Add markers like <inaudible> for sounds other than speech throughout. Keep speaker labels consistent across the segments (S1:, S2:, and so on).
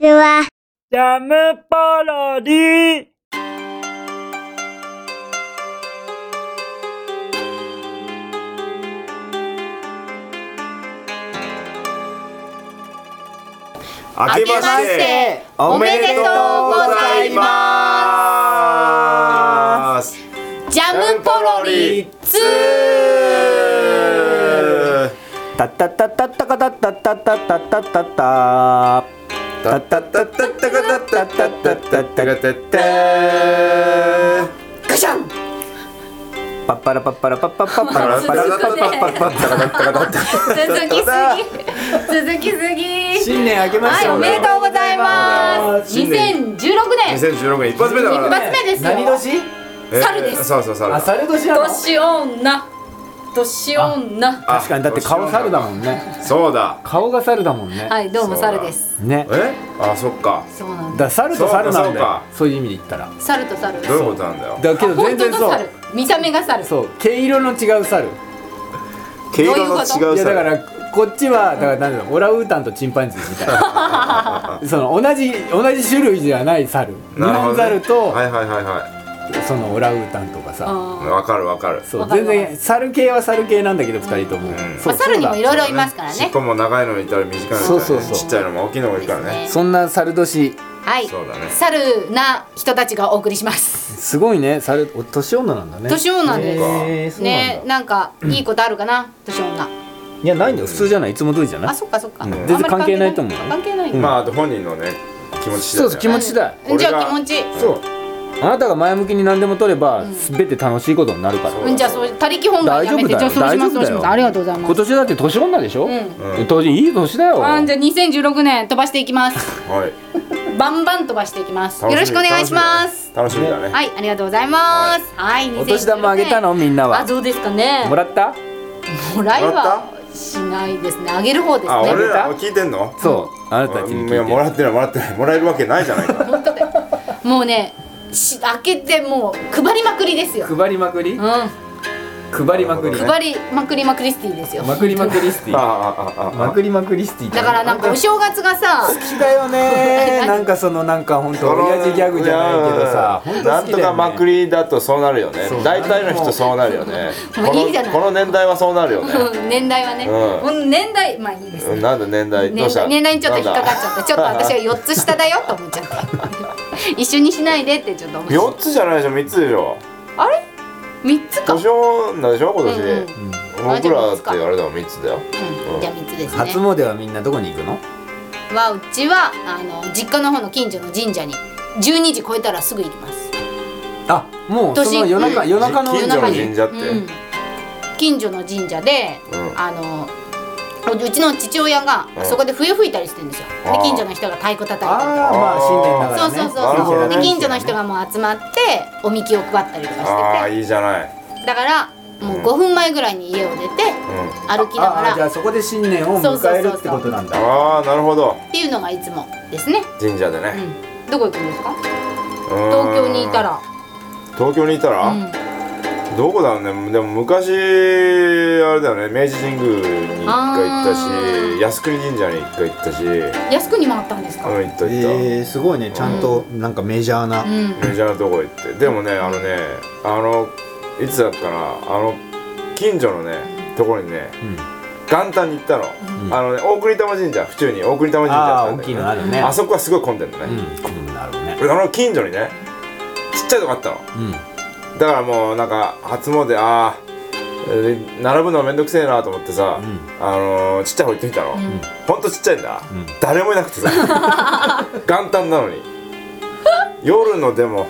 S1: れは、
S2: ジャムパロディ
S3: 明けましておめでとうございます
S4: ジャムポロリツ
S3: ー
S5: タッタッタッタッタカタッタッタッタッタッタッタッタ
S3: タッタッタッタッタカタッタッタッタッタカタッタ
S4: ガシャン
S5: パッパラパッパラパッパッパッパラパラパッパッパッパッ
S3: タカタッタカタッタ
S4: 続きすぎ続きすぎ
S5: <laughs> 新年明けま
S4: はい
S5: して
S4: おめでとうございます
S3: 新
S4: 2016
S3: 年
S4: 年
S3: 2016年一発目だ
S4: 一
S3: から
S4: 発目ですよ
S5: 何年
S3: えー
S4: 猿です
S3: そうそう猿
S5: あ、猿年なの
S4: 年女年女
S3: あ
S5: 確かにだって顔猿だもんね
S3: そうだ
S5: 顔が猿だもんね
S4: はいどうも
S3: そうだ
S4: 猿です
S5: ね
S3: えあそっか
S4: そうなん
S5: だ
S4: で
S5: から猿と猿なん
S3: そ
S5: だ
S3: う
S5: よ
S3: かそう
S5: そういう意味で言ったら
S4: す猿と猿
S3: どういうことなんだよ
S5: だけど
S4: 本当
S5: 全然
S4: の
S5: そ
S4: 猿
S5: う
S4: 見た目が猿
S5: そう毛色の違う猿
S3: 毛色の違う
S4: ど
S3: 猿
S5: いやだからこっちはだからなんだろうオランウータンとチンパンジーみたいな
S3: <laughs>
S5: その同じ同じ種類じゃない猿日
S3: なるほ
S5: 本
S3: どね
S5: 猿と
S3: はいはいはいは
S5: そのオランウータンとかさ
S3: い
S4: あ
S3: わかるわかる
S5: そう
S4: わかる
S5: 全然猿系は猿系なんだけど二人とも
S3: ん
S4: ーま
S5: そ
S4: あ
S5: う
S4: 猿にもいろいろ
S3: い
S4: いますからね
S3: 尻尾も長いのもいたら短いのもいたりね
S5: そうそうそう
S3: ちっちゃいのも大きいのもいるからね
S4: ね
S5: そんな猿年
S4: はい
S3: そうだね
S4: 猿な人たちがお送りします
S5: すごいね猿お年女なんだね
S4: 年女です
S5: へーそう
S4: ね
S5: なんだ
S4: なんかいいことあるかな年女
S5: いやないんだよ普通じゃないいつも通りじゃな
S4: あ
S5: い
S4: そっかそっか
S5: うん
S4: あんまり
S5: 全然関係ないと思うよ
S4: 関係ない
S3: まああと本人のね気持ち次第だ
S5: そうそう
S3: よ
S5: 気
S3: ね
S5: 持ちだよ
S4: うんじゃあ気
S3: 俺
S4: 持
S3: が
S4: ち
S5: そうあなたが前向きに何でも取れば全て楽しいことになるから
S4: うんじゃあそう他力本願やめて
S5: 大
S4: じゃ
S5: 丈
S4: あ
S5: 夫だ
S4: そう
S5: よ
S4: しま
S5: 大
S4: す
S5: 丈
S4: そ
S5: 夫だよ
S4: うしますありがとうございま
S5: 今
S4: す
S5: 年だって年女でしょ
S4: うん
S5: 当時いい年だよ
S4: あーじゃあ2016年飛ばしていきます
S5: <laughs>
S3: はい
S4: バンバン飛ばしていきますよ
S3: 楽
S4: ろ
S3: み
S4: しくお願いします
S3: 楽しみだね
S4: はいありがとうございますはい
S5: お年玉あげたのみんな
S4: あ
S5: は
S4: どうですかね
S5: もらった
S4: もらい
S3: もら
S4: はしないですねあげる方です
S3: あ
S4: ね
S3: 俺ら聞いてんの
S5: そうあなたたちに
S3: い
S5: 聞
S3: や
S5: いて
S3: も
S5: る
S3: らってないもらってないもらえるわけないじゃない
S5: <laughs>
S3: か
S4: もうねし開けてもう配りまくりですよ
S5: 配りまくり
S4: うん
S5: 配りまくり
S4: 配りまくりまくりスティですよ
S5: まくりまくりステ
S3: あ
S5: ィ
S3: ああああ
S5: まくりまくりスティ
S4: だからなんかお正月がさ
S5: 好きだよね <laughs> なんかそのなんか本当親父ギャグじゃないけどさ本当
S3: な
S5: 好
S3: ん
S5: き
S3: と
S5: だ
S3: か
S5: よ
S3: まく
S5: ね
S3: りだとそうなるよね
S5: そう
S3: 大体の人そうなる
S4: <laughs>
S3: よねこ
S4: もう
S3: の
S4: いいじゃない
S3: この年代はそうなるよ
S4: <laughs>
S3: ね
S4: うん年代はね、
S3: う
S4: うん、年代まあいいです
S3: うん
S4: ね
S3: なんで年代どう
S4: 年
S3: した
S4: 代年代にちょっと引っかかっちゃ
S3: なん
S4: っ
S3: だ
S4: たちょっと私は4つ下だよと思っちゃって <laughs> 一緒にしないでってちょっと思っちゃっ
S3: 四つじゃないでしょ三つでしょ
S4: たあれ3つか、うん
S3: 年女でしょ今年、
S4: うんあ
S3: 僕
S4: じゃあ
S3: ら
S4: 三
S3: っ
S4: つか
S3: てあれだもん三つだようん
S4: じゃあ3つです
S5: 初
S4: ね
S5: 詣はみんなどこに行くの
S4: はうちはあの実家の方の近所の神社に12時超えたらすぐ行きます
S5: あもうその
S4: 年
S5: 夜中
S4: う
S5: 夜中の
S3: 近所の
S4: に
S3: 神社って
S4: うん近所の神社で、
S3: うん
S4: あのうちの父親が
S3: うん
S4: そこで笛吹いたりしてるんですよ、
S3: あ
S4: で
S3: ー
S4: 近所の人が太鼓叩いたりと
S5: あ
S4: か
S5: あまあ新年だから
S4: そう
S5: ね
S4: そう
S3: なる
S4: そ
S3: ほど
S4: うそう。
S3: ね
S4: で近所の人がもう集まっておみきを配ったりと
S3: あ
S4: か
S3: あ
S4: して
S3: いいじゃない、
S4: て、だからもう5分前ぐらいに家を出て
S3: うん、
S4: 歩きなが
S5: ああじゃ
S4: らっ
S5: あそこで新年を迎えるってことなんだ
S3: ああなるほど
S4: ていうのがいつもですね。
S3: 神社で
S4: う
S3: ね、
S4: ん。どこ行くんですか？
S3: うん
S4: 東京にいたら、
S3: 東京にいたら、
S4: うん、
S3: どこだろうねでも昔あれだよね明治神宮に一回行った
S4: あー
S3: し靖国神社に一回行ったしうん
S4: 靖国もあったんですか？
S3: 行った行っ
S5: ーすごいねちゃんとなんかメジャーな
S4: うん。
S3: たメジャーなとこ行ってでもねあのねあのいつだったかなあの近所のねところにね
S5: うん
S3: 元旦に行ったの、あのね大国玉神社府中に大国玉神社あった
S5: ああ
S3: ん
S5: 大
S3: だ
S5: き
S3: け
S5: い
S3: ど、
S5: のあるね
S3: あそこはすごい混んでるの
S5: う
S3: ね、
S5: んなるほどね
S3: あの近所にねちっちゃいとこあったの
S5: うん
S3: だからもうなんか初詣ああ並ぶのめんどくせえなと思ってさ、
S5: ん
S3: あのー、ちっちゃい方行ってみたの、
S4: ん
S3: ほんとちっちゃいんだ、
S5: ん
S3: 誰もいなくてさ元旦なのに夜のでも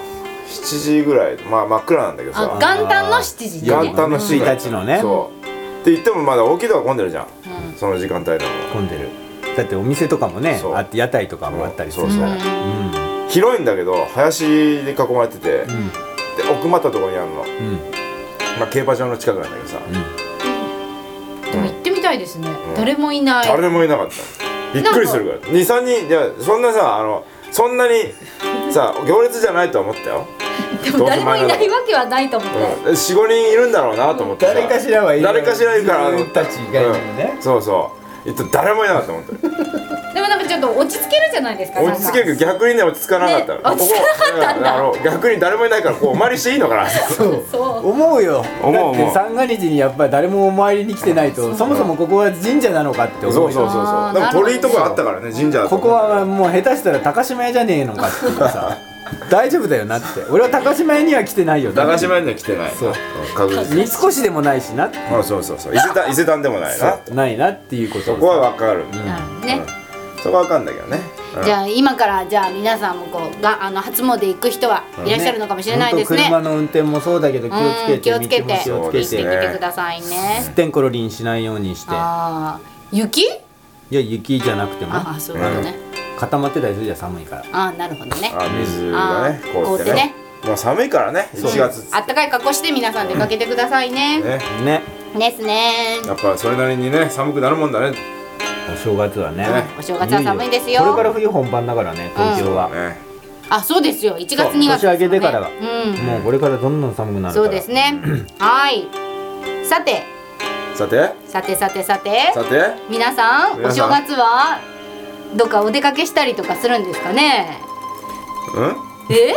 S3: 7時ぐらいまあ真っ暗なんだけど
S4: あ
S3: さ
S4: 元旦の7時
S3: 元
S4: ね。
S3: 旦の7時ぐらい
S5: 1日のね
S3: そうって言ってもまだ大きいとこ混んでるじゃん、その時間帯でも
S5: 混んでるだってお店とかもね
S3: そう
S5: あって屋台とかもあったりする
S3: そうそう
S5: うん
S3: 広いんだけど林で囲まれてて、
S5: ん
S3: で奥まったところにあるの、
S5: うん
S3: まあ、競馬場の近くなんだけどさ、
S4: でも行ってみたいですね。誰もいない。
S3: 誰もいなかったびっくりするから23人いやそんなさあのそんなにさ行列じゃないとは思ったよ、
S4: でも誰もいないわけはないと思って。
S3: うん、45人いるんだろうなと思ってさ
S5: 誰かしらはいる
S3: 誰かしらいるから
S5: 自分たち以外にもね
S4: <laughs>
S3: うんそうそうえっと誰もいなかった本当に
S4: でもなんかちょょっと落ち着けるじゃないですか
S3: 落ち着けるけど逆にね落ち着かなかった
S4: ね
S3: の、
S4: 落ち着かなかったんだ
S3: ここうんあの逆に誰もいないからこうお参りしていいのかな
S5: そう
S4: そう
S5: 思うよ
S3: 思う思う
S5: だって三が日にやっぱり誰もお参りに来てないとそもそもここは神社なのかって思う
S3: そうそうそう
S4: あ
S3: そ
S4: ー
S3: うで
S4: なる
S3: も
S4: ほど
S3: 鳥居とかあったからね神社だと
S5: こ
S3: 思う
S5: こはもう下手したら高島屋じゃねえのかっていうさ大丈夫だよなって俺は高島屋には来てないよ
S3: 駄菓子
S5: 屋
S3: 前には来てない
S5: そう
S3: うん確実に
S5: 三越でもないしな
S3: うんそうそうそう伊勢丹伊勢丹でもないな
S5: ないなっていうこと
S3: そこはわかる、
S4: なるほど
S3: う
S4: ね
S3: ん、そこはわかんだけどね、うん
S4: じゃあ今からじゃあ皆さんもこうがあの初詣行く人はいらっしゃるのかもしれないですね。
S5: 本当車の運転もそうだけど気をつけ
S4: うん
S5: て
S4: 気をつけて
S5: 道も気をつ
S3: そう
S5: け
S4: 行
S3: で
S5: てす
S4: ってみてくださいね。
S5: ってんころりんしないようにしていや
S4: ああ雪？
S5: 雪じゃなくても
S4: ああそういうことね。
S5: 固まってたりするじゃん寒いから
S4: ああなるほどね。
S3: あ水がね
S4: あー
S3: 凍ってねもう寒いからね
S5: そう
S3: 1月
S4: あったかい格好して皆さん出かけてくださいね。
S3: ね
S5: ね
S4: ですね。
S3: やっぱそれなりにね寒くなるもんだね
S5: お正月はね
S3: ね
S4: お正月は寒いですよ
S5: これから冬本番だからね東京は、
S3: ね
S4: あそうですよ。1月
S5: そう
S4: 2月、
S5: 年明けてからが
S4: うん。
S5: もうこれからどんどん寒くなるから
S4: そうですね。はい。さて
S3: さて
S4: さてさてさて
S3: さて
S4: 皆さんお
S3: 皆さ
S4: 正
S3: ん
S4: 月はどっかお出かけしたりとかするんですかね。
S3: うん
S4: え？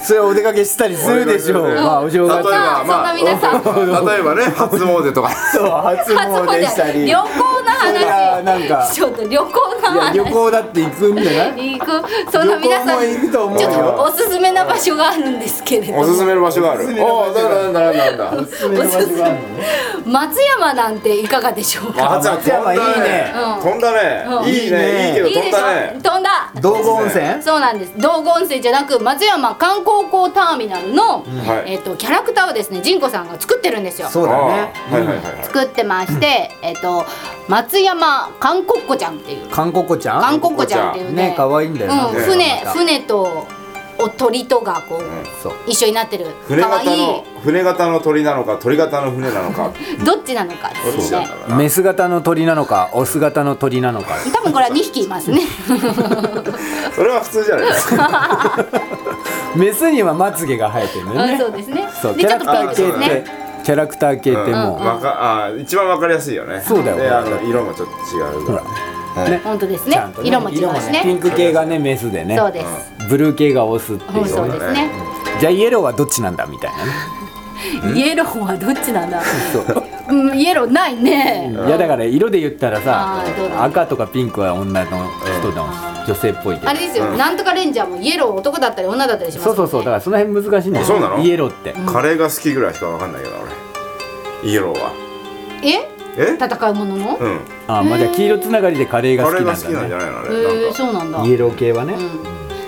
S5: それはお出かけしたりするでしょうまあお正
S3: 例え
S5: 月
S3: ばま
S4: そ
S3: あ
S4: んな皆さ
S3: うん例えばね初詣とか
S5: <laughs> そう初
S4: 初
S5: 詣した
S4: 詣
S5: り
S4: 旅行の
S5: いや
S4: 話
S5: なんか
S4: ちょっと旅行の
S5: いや
S4: 話
S5: 旅行だって行くんじゃ
S4: <laughs>
S5: な
S4: 行
S5: い
S4: くそんな皆さん
S5: 旅行も行くと思う
S4: ち
S5: よ
S4: ょっとおすすめな場所があるんですけれど
S3: おすすめの場所がある
S5: おすすめの
S3: お
S5: 場
S3: お
S5: 所があ
S3: だんだんだんだんだ
S5: おすすめの場所があるのね
S4: 松山なんていかがでしょうか
S5: あ松山いいね
S4: うん
S3: 飛んだ
S4: うん
S3: ねいいねいいけ
S4: い
S3: ど
S4: いで
S3: 飛ん
S4: しょ
S3: だね
S4: 飛んだ
S5: 道後温泉
S4: そうなんです道後温泉じゃなく松山観光港ターミナルの、
S3: はい
S4: えっとキャラクターをですね仁子さんが作ってるんですよ
S5: そうだね
S3: あーはいはいはいはい
S4: 作ってまして、えっと松山韓国子ちゃんっていう
S5: 韓国子ちゃん
S4: 韓国子ちゃんっていうね
S5: ね可愛いんだよな、
S4: うん、
S3: ね
S4: 船
S5: また
S4: 船とお鳥とがこう、
S5: そう
S4: 一緒になってる
S3: 船
S4: かわい
S3: 型
S4: い
S3: の船型の鳥なのか鳥型の船なのか
S4: どっちなのか
S3: ど
S4: で
S3: っち
S4: す
S3: な
S4: ね
S3: んだろうな
S5: メス型の鳥なのかオス型の鳥なのか
S4: 多分これは2匹いますね
S3: それは普通じゃないですか
S5: メスにはまつげが生えてるんだよ
S4: う
S5: ね
S4: んそうですね
S5: そう
S4: で
S5: キ
S4: ち
S5: ャ
S4: ょっ
S5: ラ
S4: と
S5: ク
S4: ピ
S5: タ
S4: ン
S5: ー
S4: ク
S5: 系
S4: で
S5: っ
S4: す
S5: て
S4: ね
S5: キャラクター系ってもう、
S3: わかあー一番わかりやすいよね
S5: そうだよ
S3: であの色もちょっと違う
S5: ほ
S3: からら
S4: 本当です
S5: ち
S4: ね
S5: ゃんとね
S4: 色も違うしね
S5: ピンク系がねメスでね
S4: そうです、
S5: ブルー系がオスっていう
S4: うんそう
S5: ね
S4: ですね、
S5: じゃあイエローはどっちなんだみたいなね
S4: イエローはどっちなんだう、ん、イエローないね、
S5: いやだから色で言ったらさ
S4: あーどうだろう
S5: 赤とかピンクは女の人の女性っぽいけど
S4: あれですよ、なんとかレンジャーもイエロー男だったり女だったりします
S5: そう
S4: よね
S5: そうそうだからその辺難しいんだよ
S3: そうなの
S5: イエローって
S3: カレーが好きぐらいしかわかんないけど俺イエローは
S4: え
S3: え
S4: 戦いものの、
S3: うん
S5: あーまあじゃあ黄色つながりでカレーが
S3: カ
S5: 好
S3: レ
S5: き
S3: ーが好き
S5: な
S3: なんんじ
S5: だ
S3: ゃ
S5: ね
S3: ないのあ
S4: え
S3: れな
S4: ー、
S3: んか
S4: そうなんだ
S5: イエロー系はね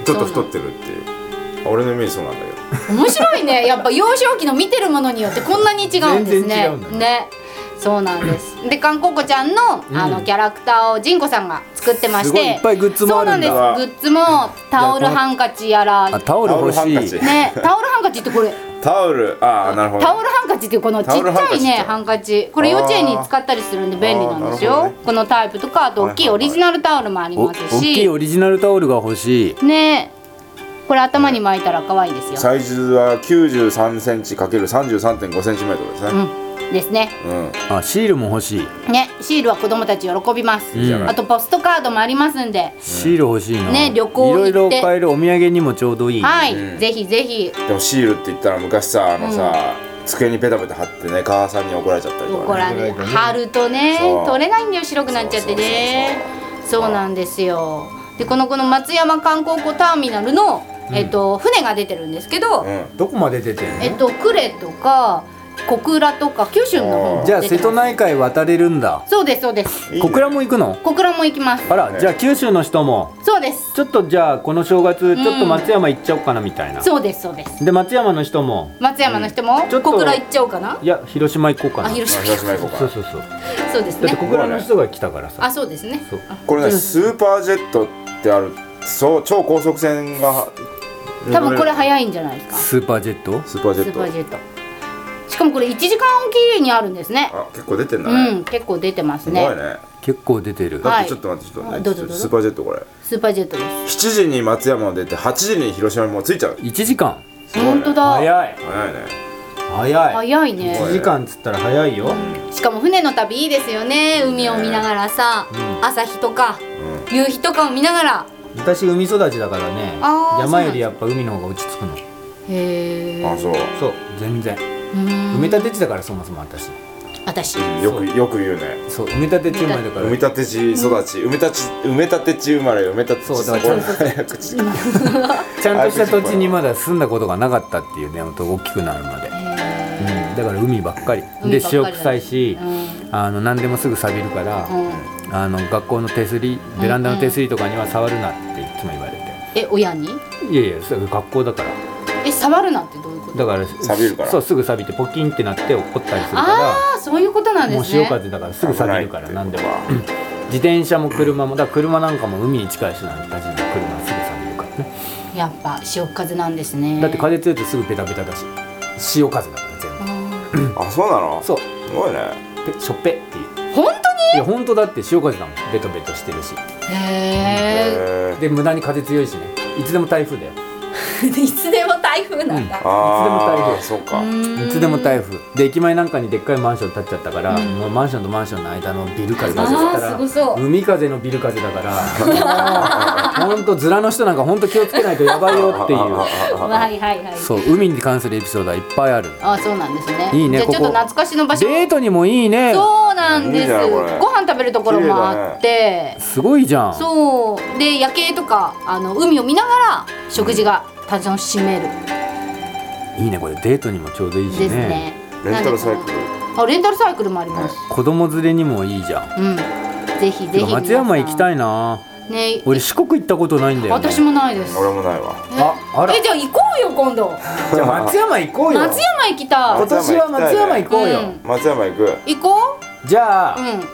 S3: ちょっと太ってるっていう俺のイメージそうなんだけど
S4: 面白いねやっぱ幼少期の見てるものによってこんなに違うんです
S5: 全然
S4: ね
S5: 違うんだね
S4: ねそうなんですで韓国子ちゃんの,、あのキャラクターをジンコさんが作ってまして
S5: すごいいっぱいグッズもあるんだ
S4: そうなんですグッズもタオルハンカチやら
S5: あタオル欲し
S3: タオルハンカチ
S5: い
S4: ねタオルハンカチってこれ
S3: タオルああなるほど
S4: タオルハンカチっていうこのちっち
S3: タオルハン
S4: ゃ
S3: カ
S4: い
S3: チ
S4: ねハンカチこれ幼稚園に使ったりするんで便利なんです
S3: あ
S4: よ、
S3: ーなるほどね
S4: このタイプとかあと大きいオリジナルタオルもあり
S5: お
S4: ま
S5: 大
S4: すし、
S5: きいオリジナルタオルが欲しい
S4: ねこれ頭に巻いたら可愛いですよ
S3: サイズは9 3センチ ×33.5 センチメートルですね
S4: うんですね
S3: うん
S5: あシールも欲しい
S4: ねシールは子供たち喜びます、
S5: いじゃない
S4: あとポストカードもありますんで、
S5: シール欲しいな
S4: ね旅行行って
S5: いろいろ買えるお土産にもちょうどいい
S4: はい、
S3: うん
S4: ぜひぜひ
S3: でもシールって言ったら昔さあのさ、机にペタペタ貼ってね母さんに怒られちゃったりと
S4: 怒
S3: か、ね、
S4: られ貼るとね
S3: そう
S4: 取れないんだよ白くなっちゃってねそうなんですよでこのこの松山観光港ターミナルの、えっと、船が出てるんですけど、
S3: うん
S5: どこまで出てん
S4: えっ
S5: の
S4: と呉とか小倉とか九州の方も
S5: じゃあ
S4: 出て
S5: 瀬
S4: ます
S5: 戸内海渡れるんだ
S4: そうですそうです
S3: いいね
S5: 小倉も行くの
S4: 小倉も行きます
S5: あらじゃあ九州の人も
S4: そうです
S5: ちょっとじゃあこの正月ちょっと松山行っちゃおうかなみたいな、
S4: そうですそうです
S5: で松山の人も
S4: 松山の人も
S5: ちょ
S4: 小
S5: っと
S4: 倉行っちゃおうかない
S5: や広島行こうか
S4: あ
S5: な
S4: 広
S3: まあ
S4: 島
S3: 広島行こうか
S5: そうそうそうだ
S4: そうです
S5: って
S4: ね
S5: 小倉の人が来たからさ
S4: あそうですね
S5: そう
S3: これねスーパージェットってあるそう超高速船が
S4: 多分これ
S3: 乗れる
S4: 早いんじゃないですか
S5: スーパージェット
S3: スーパージェ
S4: ス
S3: ッ
S4: ー
S3: ト
S4: パージェットしかもこれ1時間おきにあるんですね
S3: あ結構出てんだね、
S4: うん結構出てます
S3: すごい
S4: ね
S3: ね
S5: 結構出てる
S4: はい
S3: だってちょっと待ってちょっと待って、
S4: どうぞどうぞ
S3: スーパージェットこれ
S4: スーパージェットで
S3: 7時に松山を出て8時に広島にもう着いちゃう
S5: 1時間
S4: す本当だ
S5: 早い
S3: 早いね
S5: 早い
S4: 早いね
S5: 1時間っつったら早いよ
S4: しかも船の旅いいですよね海を見ながらさ、朝日とか夕日とかを見ながら
S1: 私海育ちだからね
S4: あー
S1: 山よりやっぱ海の方が落ち着くの
S4: へえ
S3: あそう
S1: そう全然埋め立て地だからそもそも私
S4: 私
S3: よくよく言うね
S1: そう埋め立て地生まれだか
S3: 埋め
S1: ら
S3: 立て地育ち埋め立ち埋め立て地生まれ埋め立て地
S1: そうだから
S3: 育ち <laughs> 口が
S5: ちゃんとした土地にまだ住んだことがなかったっていうね本当大きくなるまで、うん、だから海ばっかり
S4: 海ば
S5: で
S4: っかりだね
S5: 塩臭いし、
S4: う
S5: あの何でもすぐ錆びるから、
S4: うん
S5: あの学校の手すりベランダの手すりとかには触るなっていつも言われて、
S4: え親に
S5: いやいやそれ学校だから
S4: え触るなんてどういうこと
S5: だから
S3: 錆びるから
S5: そうすぐ錆びてポキンってなって怒ったりするから
S4: ああそういうことなんで
S5: もう
S4: す
S5: 潮
S4: ね
S5: 風だからすぐ錆びるから
S3: 危な
S5: ないん
S3: って
S5: で
S3: こ
S5: も
S3: とか
S5: 自転車も車もだから車なんかも海に近いしなたちの車はすぐ錆びるからね
S4: やっぱ潮風なんですね
S5: だって風強いとすぐベタベタだし潮風だから全部
S3: あそうなの
S5: そう
S3: すごいね
S5: ぺしょっぺっていう
S4: 本
S5: いや本当だって潮風だもんベトベトしてるし
S4: 当にへ
S3: へー
S5: で無駄に風強いしねいつでも台風だよ
S4: え <laughs> いつでも台風なんだ、
S3: ああ
S5: いつ
S3: そうか
S5: いつでも台風で駅前なんかにでっかいマンション建っちゃったから、もうマンションとマンションの間のビル風だった
S4: あーす
S5: ら
S4: ごそう
S5: 海風のビル風だ
S4: <laughs>
S5: から本当面の人なんか本当気をつけないとやばいよってい
S3: あ
S5: う
S3: あああ
S4: はいはいはい
S5: そう海に関するエピソードはいっぱいある
S4: あそうなんですね
S5: いいね
S4: じゃあちょっと
S5: ここ
S4: 懐かしの場所
S5: デートにもいいね
S4: そうなんで
S3: いい
S4: す
S3: じゃんこれ
S4: ご飯食べるところもあって、
S5: すごいじゃん
S4: そうで夜景とかあの海を見ながら食事が楽しめる
S5: いいねこれデートにもちょうどいいしね
S4: ですね、
S3: レンタルサイクル
S4: ルあレンタルサイクルもあります、
S5: 子供連れにもいいじゃん
S4: うんぜひぜ
S5: てか
S4: ひ
S5: 松山行きた
S4: い
S5: いな
S4: ね
S5: 俺四国行ったことないんだよ、ね、
S4: 私もないです
S3: 俺もないわ
S5: ああら
S4: えじゃあ行こうよ今度
S5: じゃあ松山行こうよ
S4: 松山行きたい
S5: 今年は松山行こうよ、
S4: うん
S3: 松山行く
S4: 行こ
S5: じゃ
S4: う
S5: あ、
S4: うんなんで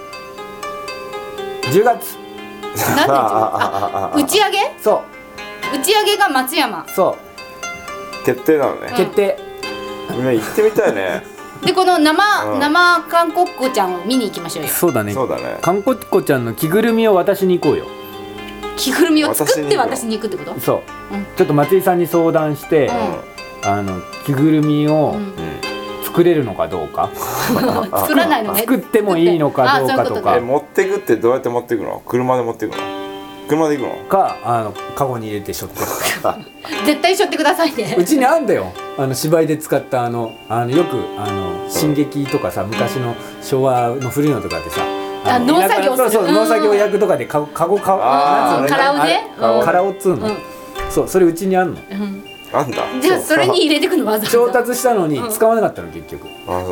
S5: 10月 <laughs>
S4: 一番あ打ち上げ
S5: そ
S4: 打ち上げが松山
S5: うそう
S3: 決定なのね
S5: 決定、
S3: みんな行ってみたいね
S4: でこの生、
S3: うん
S4: 生韓国子ちゃんを見に行きましょうよ
S5: そうだね
S3: そうだね
S5: 韓国子ちゃんの着ぐるみを渡しに行こうよ
S4: 着ぐるみを作って
S3: 私
S4: 私
S3: に
S4: に行くってこと
S5: そう、
S4: うん
S5: ちょっと松井さんに相談して、あの着ぐるみを
S4: うん
S5: 作れるのかどうか、
S4: 作らないのね
S5: 作ってもいいのかどうかと
S4: あ
S5: か
S3: え持ってくってどうやって持ってくの車で持ってくの車で行くの
S5: かあのカゴに入れてしょって
S4: 絶対しょってくださいね
S5: <laughs> うちにあんだよあの芝居で使ったあのあのよくあの進撃とかさ昔の昭和の古いのとかでさ
S4: あ
S5: の
S4: 農作業する
S5: そうそう
S4: うん
S5: 農作業役とかでカゴカゴカゴ
S3: あー
S5: なんつうの
S4: カラオね
S5: あれ
S4: うん
S5: カラオっつうの、
S4: うん
S5: そうそれうちにあんの
S3: なんだ
S4: じゃあそれに入れてくのわざ
S5: 調
S4: わざ
S5: 達したのに使わなかったの結局、
S3: あそ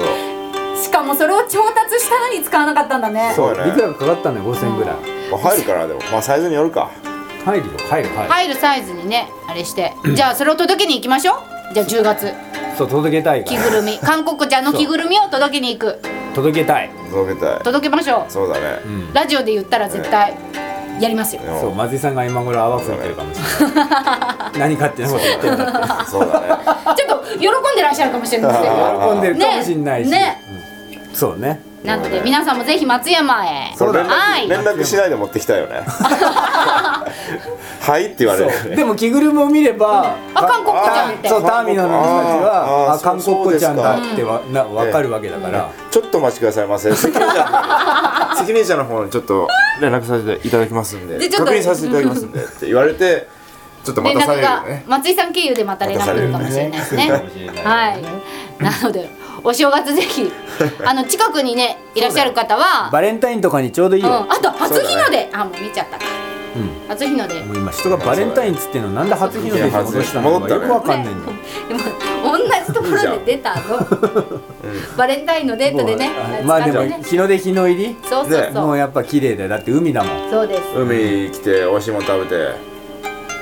S3: う
S4: しかもそれを調達したのに使わなかったんだね
S3: そう
S5: い
S3: だね
S5: くらかかったのよ5000円ぐらい、
S3: まあ入るからでもまあサイズによるか
S5: 入るよ入る入る、
S4: 入るサイズにねあれしてじゃあそれを届けに行きましょうじゃあ10月
S5: そう届けたいか
S4: 着
S5: ら
S4: ぐるみ韓国ちゃんの着ぐるみを届けに行く
S5: 届けたい、
S3: 届けたい
S4: 届けましょ
S3: そうだね
S5: うん
S4: うラジオで言ったら絶対やりますよ
S3: で
S5: そう
S3: も
S5: 松井さんが今頃泡吹いてるかもしれない
S4: <laughs>
S5: 何かっていうこと言ってるんだ <laughs> って
S3: そうだね
S4: ちょっと喜んでらっしゃるかもしれないですよ
S5: 喜んでるかもしれないし、
S4: ね
S5: うんそうね
S4: なので皆さんもぜひ松山へ
S3: これ連
S4: はい
S3: 絡連絡しないで持ってきた
S4: <laughs>
S3: よねはいって言われるよ
S5: そう
S3: ね
S5: でも着ぐるみを見れば、
S4: あ韓国ちゃんって
S5: そうターミナルの人たちは
S3: あー
S5: あ韓国子ちゃんだってわ、な分かるわけだから、
S3: ちょっとお待ちくださいませ責任者の責任者の方にちょっと連絡させていただきますんで
S4: でちょっと
S3: 確認させていただきますんでって言われてちょっと待
S4: 連
S3: たさ
S4: 絡
S3: れるよ
S4: が
S3: ね
S4: 松井さん経由でまた連絡来るかもしれないですね。はい。なのでお正月ぜ
S5: <laughs>
S4: ひあの近くにねいらっしゃる方は、
S5: バレンタインとかにちょうどいいうよ、
S4: ん、あと初日
S3: そ
S4: の
S3: う
S4: 出、あもう見ちゃったか。
S5: う
S4: 初日の出。で
S5: も
S4: も
S5: う今人がバレンタインっつってんのなんで初日の出に戻したのかよくわかんないんだよ
S4: 同じところで出たの。バレンタインのデートでね。
S5: まあ
S4: 使
S5: で
S4: って
S5: も
S4: ね
S5: 日の出日の入り
S4: そうそう
S5: も
S4: そうう。
S5: やっぱ綺麗だよだって海だもん、
S4: そうです。
S3: 海来て美味しいもの食べて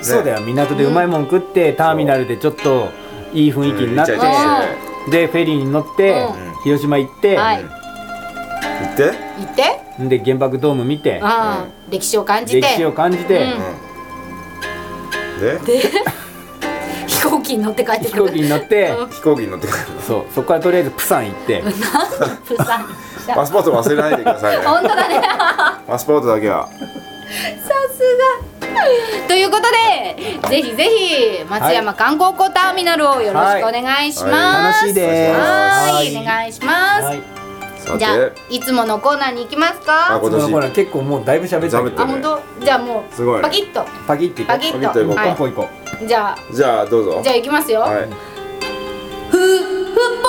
S5: そうだよ港でうまいもん食ってターミナルでちょっといい雰囲気になって、
S3: うんイチャイチャして
S5: でフェリーに乗って、
S4: う
S5: 広島行って、
S4: はい。
S3: 行って
S4: 行って。
S5: で原爆ドーム見て
S4: ああ、歴史を感じて
S5: 歴。史を感じて、
S4: うん
S3: で
S4: 飛行機に乗って帰って
S5: 飛
S4: く
S5: 行
S4: る。
S5: 機に乗って、
S4: う
S3: 飛行機に乗って帰る
S5: そうそこからとりあえずプサン行って
S4: プサン。
S3: パスポート忘れないでください
S4: 本
S3: ね
S4: 当だ
S3: <laughs>
S4: ね。
S3: パスポートだけは
S4: さすが。ということで、ぜひぜひ松山観光港ターミナルをよろしくお願いします。
S3: はい
S5: 楽しいです
S4: は、
S5: はい
S4: お願いします。
S5: い
S3: さ
S4: じゃあ
S3: て
S4: いつものコーナーに行きますか
S3: あ
S4: あ
S3: 今年
S5: ほら結構もうだいぶ喋ったけ
S3: 喋った
S5: ど
S3: ね
S4: 本当じゃあもう
S3: すごいね
S4: パキッと
S5: パキッていこ
S4: パ
S5: う
S4: キッと
S3: パキッといこうか
S4: は
S5: 行こう行こ
S4: い、じゃあ
S3: じゃあどうぞ
S4: じゃあ行きますよ、
S3: はい
S4: フッフポ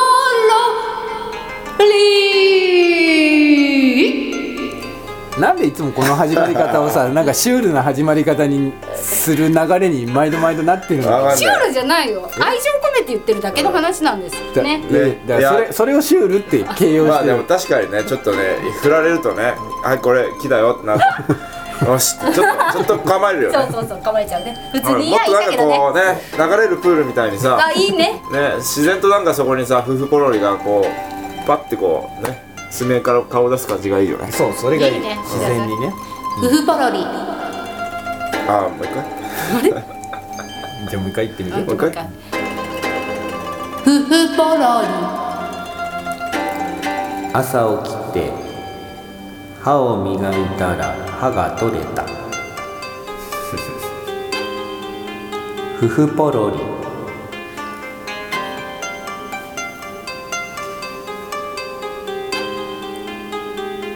S4: ロリー
S5: うなんでいつもこの始まり方をさなんかシュールな始まり方にする流れに毎度毎度なってるの
S3: わかんない
S4: シュールじゃないよ愛情込めて言ってるだけの話なんです
S5: だ
S4: ね
S5: いやいやだからそ
S3: い
S5: れ
S3: や
S5: それをシュールって形容
S3: ま
S5: し
S3: あ
S5: て
S3: で
S5: る、
S3: も確かにねちょっとね振られるとね「はいこれ来たよ」って
S4: <laughs>
S3: なって「よし」ちょっとちょっと構えるよ
S4: そう
S3: ね
S4: そうそうかまれちゃうね普
S3: う
S4: 通
S3: ん
S4: にい
S3: もっ
S4: やいい
S3: となん
S4: だ
S3: か
S4: けどね
S3: こうね流れるプールみたいにさ
S4: あいいね
S3: ね自然となんかそこにさ夫婦ポロリがこうパッてこうね爪から顔出す感じがいいよね
S5: そうそれがいい
S4: いいね
S5: 自然にね
S4: フフポロリ
S3: ああもう一回
S4: <laughs>
S5: じゃあもう一回言ってみて
S3: もう一回
S4: フフポロリ
S1: 朝起きて歯を磨いたら歯が取れたふふポロ
S5: <laughs>
S1: リ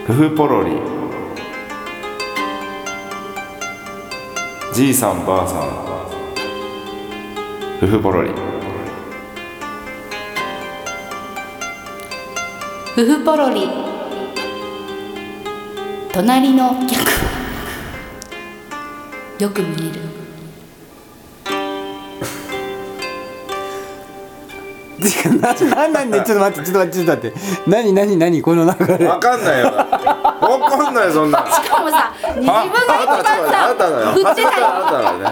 S3: 夫婦ポロリじいさんばあさん夫婦ポロリ
S4: フフポロリ隣の客よく見える
S5: てかななんなんでちょっと待ってちょっと待ってちょっと待って何何何この流れ
S3: わかんないよわかんないよそんなの
S4: しかもさ自分が一番
S3: あなただよ
S4: さ振
S3: あなただよ
S4: ってたよ
S3: あなただよね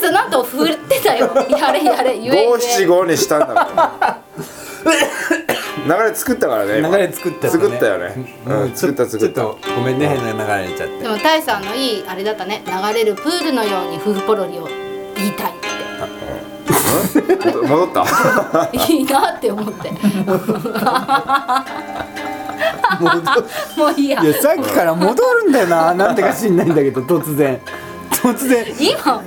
S4: でその後振ってたよやれやれ言え
S3: 五
S4: 言
S3: 七
S4: え
S3: 五にしたんだから流れ作ったからね今
S5: 流れ作ったよね
S3: 作ったよね
S5: も
S3: う
S5: うん
S3: 作った作った
S5: ちょっとごめんね変な流れちゃって
S4: でもタイさんのいいあれだったね流れるプールのようにフフポロリを言いたいって
S3: うん戻った
S4: いいなって思ってもういいや
S5: いやさっきから戻るんだよななんてか知んないんだけど突然突然
S4: 今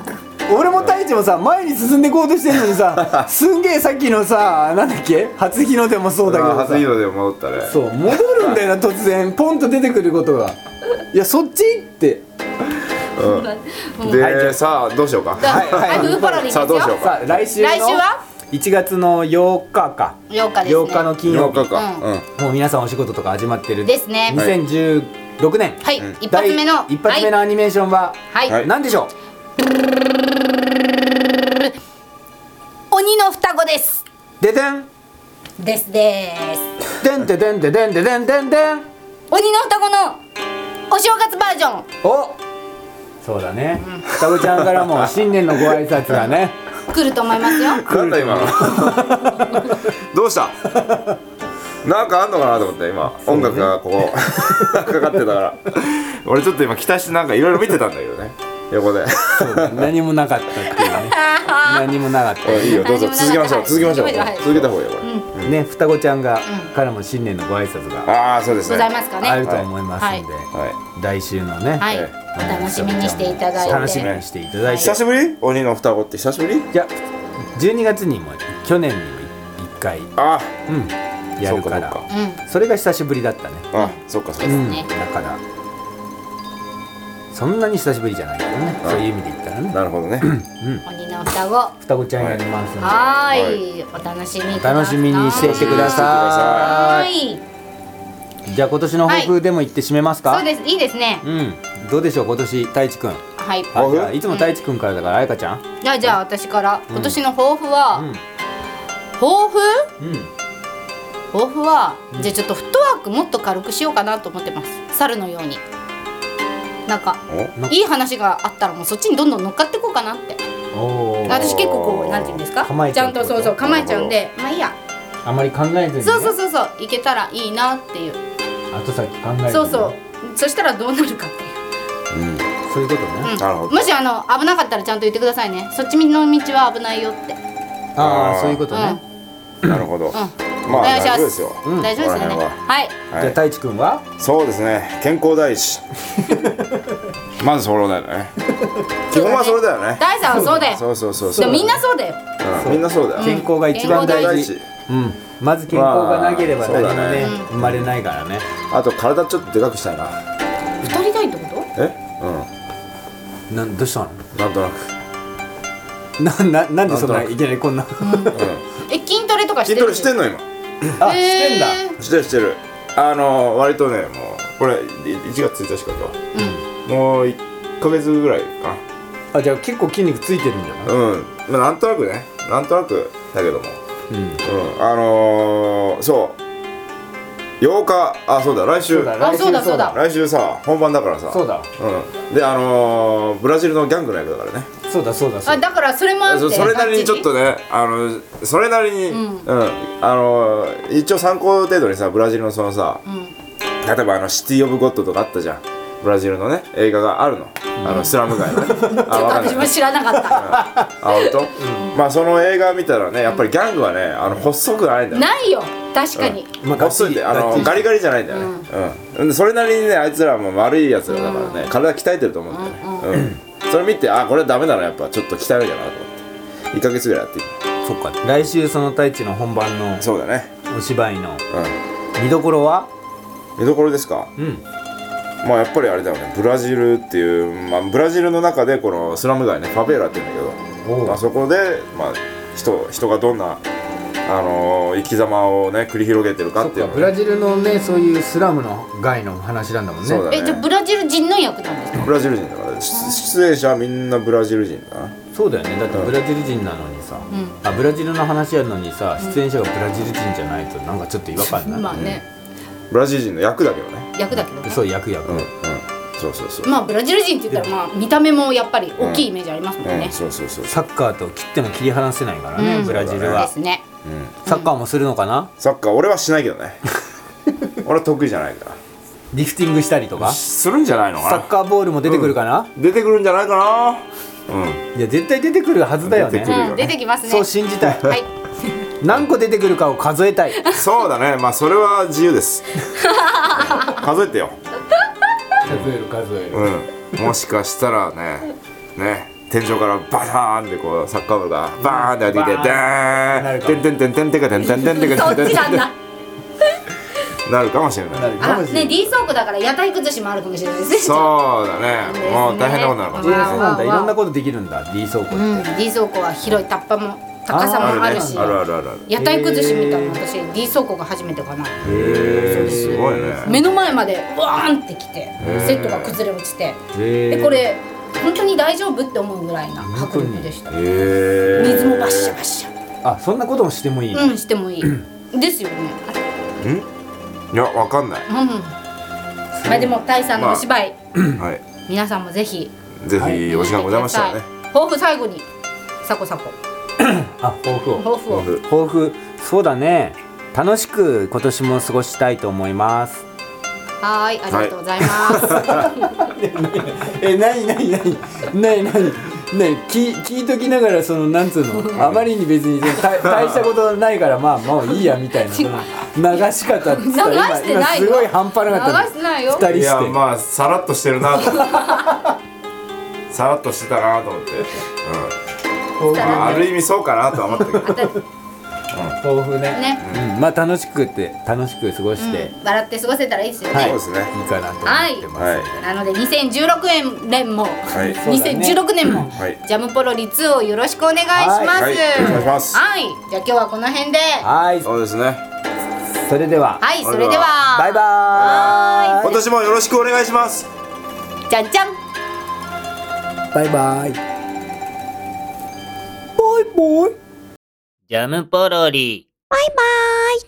S5: 俺も太一もさ前に進んでいこうとしてるのにさすんげえさっきのさなんだっけ初日の出もそうだけ
S3: あ
S5: ど
S3: 初日
S5: さ
S3: の出を戻ったね
S5: そう戻るんだよな突然ポンと出てくることがいやそっちって
S4: もう
S3: で、
S4: はい
S3: さあどうしようか
S5: はい
S4: はいフフポロリです
S3: さあどうしよ
S4: よ
S3: うか
S5: さあ来週の
S4: 来週は
S5: 1月の8日か
S4: 8日ですね
S5: 8日の金曜
S3: 8
S5: 日
S3: 日か、
S4: う
S3: うん
S5: もう皆さんお仕事とか始まってる
S4: ですね
S5: 2016年
S4: はい
S3: うん
S4: 一発目の
S5: 第一発目のアニメーションは
S4: はい、
S3: は
S4: はいい、
S5: 何でしょ
S4: 鬼の双子です
S5: うででん
S4: ですです
S5: でんてでんてでんてでんてんてん
S4: 鬼の双子のお正月バージョン
S5: おそうだね双子ちゃんからも新年のご挨拶がね
S4: 来ると思いますよ
S3: なんだ今 <laughs> のどうしたなんかあんのかなと思って今音楽がこう <laughs> かかってたから俺ちょっと今期待してなんかいろいろ見てたんだけどね横で
S5: 何もなかったっていうね何もなかっ
S3: おいいよどうぞ
S4: 何もなかった
S3: 続けましょう続けましょう
S4: はい
S3: 続けた方がいいよこれ、
S5: たね双子ちゃんがからも新年のご挨拶が
S3: ああそうですね
S4: ございますかね
S5: あると思いますんで
S3: はい
S5: 来週のね
S4: はい、
S3: え
S4: お楽しみにしていただいて
S5: 楽しみにしていただいて
S3: 久しぶり鬼の双子って久しぶり
S5: いや12月にも去年にも1回
S3: あ
S5: うん
S3: あ
S5: や
S3: そう
S5: る
S3: か
S5: か
S3: そう
S5: ら
S3: か
S4: うん
S5: それが久しぶりだったね
S3: あそうかそう
S4: です
S3: か
S5: うん
S4: ね
S5: だからそんなに久しぶりじゃないけどねそういう意味で言ったらね
S3: なるほどね
S4: 鬼の双子
S5: 双子ちゃんやりますんで
S4: はー、
S3: はい
S4: お楽しみくだ
S5: お
S4: さい
S5: 楽しみにしていてくださ
S4: はいい、
S5: じゃあ今年の抱負でも言って締めますか、
S4: そうです、いいですね。
S5: うんどうでしょう今年太一くん
S4: はい、
S5: あ
S3: 抱負
S5: じゃあいつも太一くんからだから彩香ちゃん
S4: じゃあ、じゃあ、私から、今年の抱負
S5: う
S4: は
S5: ん、
S4: 抱負。
S5: うん
S4: 抱負は、じゃあ、ちょっとフットワークもっと軽くしようかなと思ってます。猿のように。なんか、
S3: お
S4: いい話があったら、もうそっちにどんどん乗っかっていこうかなって。
S5: おー
S4: 私結構こう、なんていうんですか
S5: 構え。ち
S4: ち
S5: ゃ
S4: ゃ
S5: うんってこと
S4: と、そうそう、構えちゃうんで、まあ、いいや。
S5: あまり考えずに、ね、
S4: そうそうそうそう、いけたらいいなっていう。
S5: 後先考えずに
S4: そうそう、そしたら、どうなるかっていう。
S3: うん
S5: そういうことね、
S4: うん
S3: なるほど
S4: もしあの危なかったらちゃんと言ってくださいねそっちの道は危ないよって、
S5: あ
S3: あ
S5: あ
S3: ー
S5: そういうことね、
S4: うん
S3: なるほど。
S4: うん
S3: まあ
S4: お願いします
S3: 大丈夫ですよ。
S5: うん
S4: 大丈夫ですよね
S3: この辺は
S4: はい
S5: じゃあ
S3: はい。
S5: 太一くんは
S3: そうですね。健康
S4: <laughs>
S3: 第一。まずそれだよね。基本はそれだよね。
S4: 大さんはそうだよ
S3: そうそうそう
S4: で
S3: そう。
S4: もみんなそうだよ
S3: うんみんなそうだよ。
S5: 健康が一番大事
S3: 健康
S5: うんまず健康がなければ
S3: まあ
S5: 何もね
S3: そうだ
S5: 生まれないからね
S3: あと体ちょっとでかくしたいな
S4: 太りたいってこと
S3: え
S5: なんどうしたの
S3: うんなんとなく、
S5: なななんでそん
S3: なとな
S5: なん
S3: く
S5: いきなりこん <laughs> な
S3: う
S4: え筋トレとか
S3: ん、
S4: して
S3: 筋
S4: る
S3: トレしてんの今
S5: あしてんだ
S4: へー
S3: してるしてるあの割とねもうこれい1月1日からかもう1ヶ月ぐらいか
S5: あじゃあ結構筋肉ついてるんじゃな
S3: ないうん、まあ、なんとなくねなんとなくだけども
S5: うん
S3: うんあのー、そう8日あそうだ来週
S4: あそうだそうだ
S3: 来週さ本番だからさ
S5: そうだ
S3: うんであのー、ブラジルのギャングの役だからね
S5: そうだそうだそ
S4: あ
S5: うだ
S4: だからそれもあって
S3: そそれなりにちょっと
S4: バッ
S3: ねあのそれなりに、うん
S4: ん
S3: あのー一応参考程度にさブラジルのそのさ、例えばあのシティ・オブ・ゴッドとかあったじゃんブラジルのね映画があるの、あのスラム街 <laughs> のねあ
S4: チリ
S3: わかん
S4: 私
S3: な
S4: も
S3: い
S4: 知らなかっ
S3: あ本当、まあその映画見たらねやっぱりギャングはねあの細くないんだ
S4: た
S3: よね
S4: ないよ確かに、
S5: まあ
S3: 細いってあ
S5: がっつ
S3: の
S5: り
S3: ガリガリじゃないんだよね、うんでそれなりにねあいつらも悪いやつらだからね、体鍛えてると思うんだよね、うんそれ見てあこれダメだなやっぱちょっと鍛えなきゃなと思って1ヶ月ぐらいやってみる
S5: そっか来週その太一の本番の
S3: そうだね
S5: お芝居の
S3: う
S5: 見どころは
S3: ん見どころですか
S5: うん
S3: まあやっぱりあれだよねブラジルっていう、まあ、ブラジルの中でこのスラム街ねファベーラって言うんだけ
S5: お
S3: ど、
S5: う
S3: まあ、そこで、まあ、人人がどんな、あのー生き様をね繰り広げてるか
S5: そ
S3: っ
S5: って
S3: いう
S5: か
S3: の
S5: ブラジルのねそういうスラムの街の話なんだもんね
S3: そうだね
S4: えじゃあブラジル人の役なんですか
S3: ブラジル人だから出出演者はみんなブラジル人だな
S5: そうだよねだってブラジル人なのにさ、あブラジルの話やのにさ出演者がブラジル人じゃないとなんかちょっと違和感ない、
S4: まあね
S3: ブラジル人の役だけどね
S4: 役だけどね
S5: そう役役、
S3: うんうんそうそうそう、
S4: まあブラジル人って言ったらまあ見た目もやっぱり大きいイメージありますもん
S3: う
S4: ね
S3: ん、、そうそうそう
S5: サッカーと切っても切り離せないからね、
S4: うん
S5: ブラジル
S4: で
S5: は、
S4: すね
S5: サッカーもするのかな
S3: サッカー俺はしないけど <laughs> ね俺は得意じゃないか
S5: リフティングしたりと
S3: ら
S5: か
S3: するんじゃないの
S5: サッカーボールも出てくるかな、
S3: 出てくるんじゃないかなうん
S5: いや絶対出てくるはずだよ
S3: 出て
S5: ね
S3: くるよね
S4: うん、出てきますね
S5: そう信じたい
S3: <laughs>
S4: はい
S5: 何個出てくるかを数えたい
S3: そうだねまあそれは自由です数えてよ、
S5: 数える数える
S3: うん、もしかしたらねね天井からバターンってこうサッカーボールがバーンって当てて
S5: バー
S3: でー
S5: ン
S3: んてんてんてんてんてんかてんてんてんてんてん
S4: そ
S3: か
S4: って
S3: ん
S4: ち
S3: てん
S4: なん
S3: てん <laughs>
S4: だ
S3: なるかもしれない
S4: あね D 倉庫だから屋台崩しもあるかもしれないです <laughs> ね
S3: そうだねもう大変なことになるかもし
S5: そう
S4: わあ
S3: れない
S4: わあわあ
S5: なんだいろんなことできるんだ D 倉庫
S4: うん D 倉庫は広いタッパも高さ
S5: あ
S4: もあ
S3: ある
S4: る
S3: ね
S4: し
S3: あるあるあるある
S4: 屋台崩しみたいなの私 D 倉庫が初めてかな
S3: へえすごいね
S4: 目の前までわーンってきてセットが崩れ落ちてでこれ本当に大丈夫って思うぐらいな迫力でした
S3: へえ
S4: 水もバッシャバッシャ
S5: あそんなこともしてもいい、
S4: うんしてもいい
S3: <clears throat>
S4: ですよね
S3: いやわかんない
S4: うんまあでもタイさんのお芝居
S3: はい
S4: 皆さんもぜひ
S3: ぜひお時間ございましたらね
S4: 抱負最後にサコサコ
S5: あ抱負を
S4: 抱負を
S3: 抱負
S5: 抱負そうだね楽しく今年も過ごしたいと思います
S4: はーいありがとうございます
S5: <laughs> えなになになになになになに聞聞いときながらそのなんつう <laughs> のあまりに別に大大したことないからまあもういいやみたいなその流し方っつった
S4: 流
S5: ら
S4: して
S5: 今今
S4: ないよ
S5: すごい半端なか
S4: 流し
S5: っ
S4: てないよ
S5: た二
S3: い
S5: 人
S3: や
S5: して、
S3: まあさらっとしてるなと <laughs> さらっとしてたなと思って、うんまあ、ある意味そうかなとは思ったけど
S5: 抱負ね
S4: ね
S5: うん、まあ楽しくって楽しく過ごして、
S4: 笑って過ごせたらいいですよね、
S5: はい
S3: そうですね
S5: いいかなと思ってます、
S3: は
S4: な
S3: い
S4: ので2016年も、
S3: い
S5: そうだね
S4: 2016年も、
S3: はい
S4: ジャムポロリ2をよろしくお願いします。
S3: はいはいお願いします
S4: はいじゃあ今日はこの辺で。は、
S5: はい
S3: そうですね
S5: それではい
S4: それでは。
S5: バイバ
S3: 今年もよろしくお願いします
S4: じゃんじゃん。
S5: ーイバイバイバイバイ
S2: ジャムポロリ。
S6: バイバイ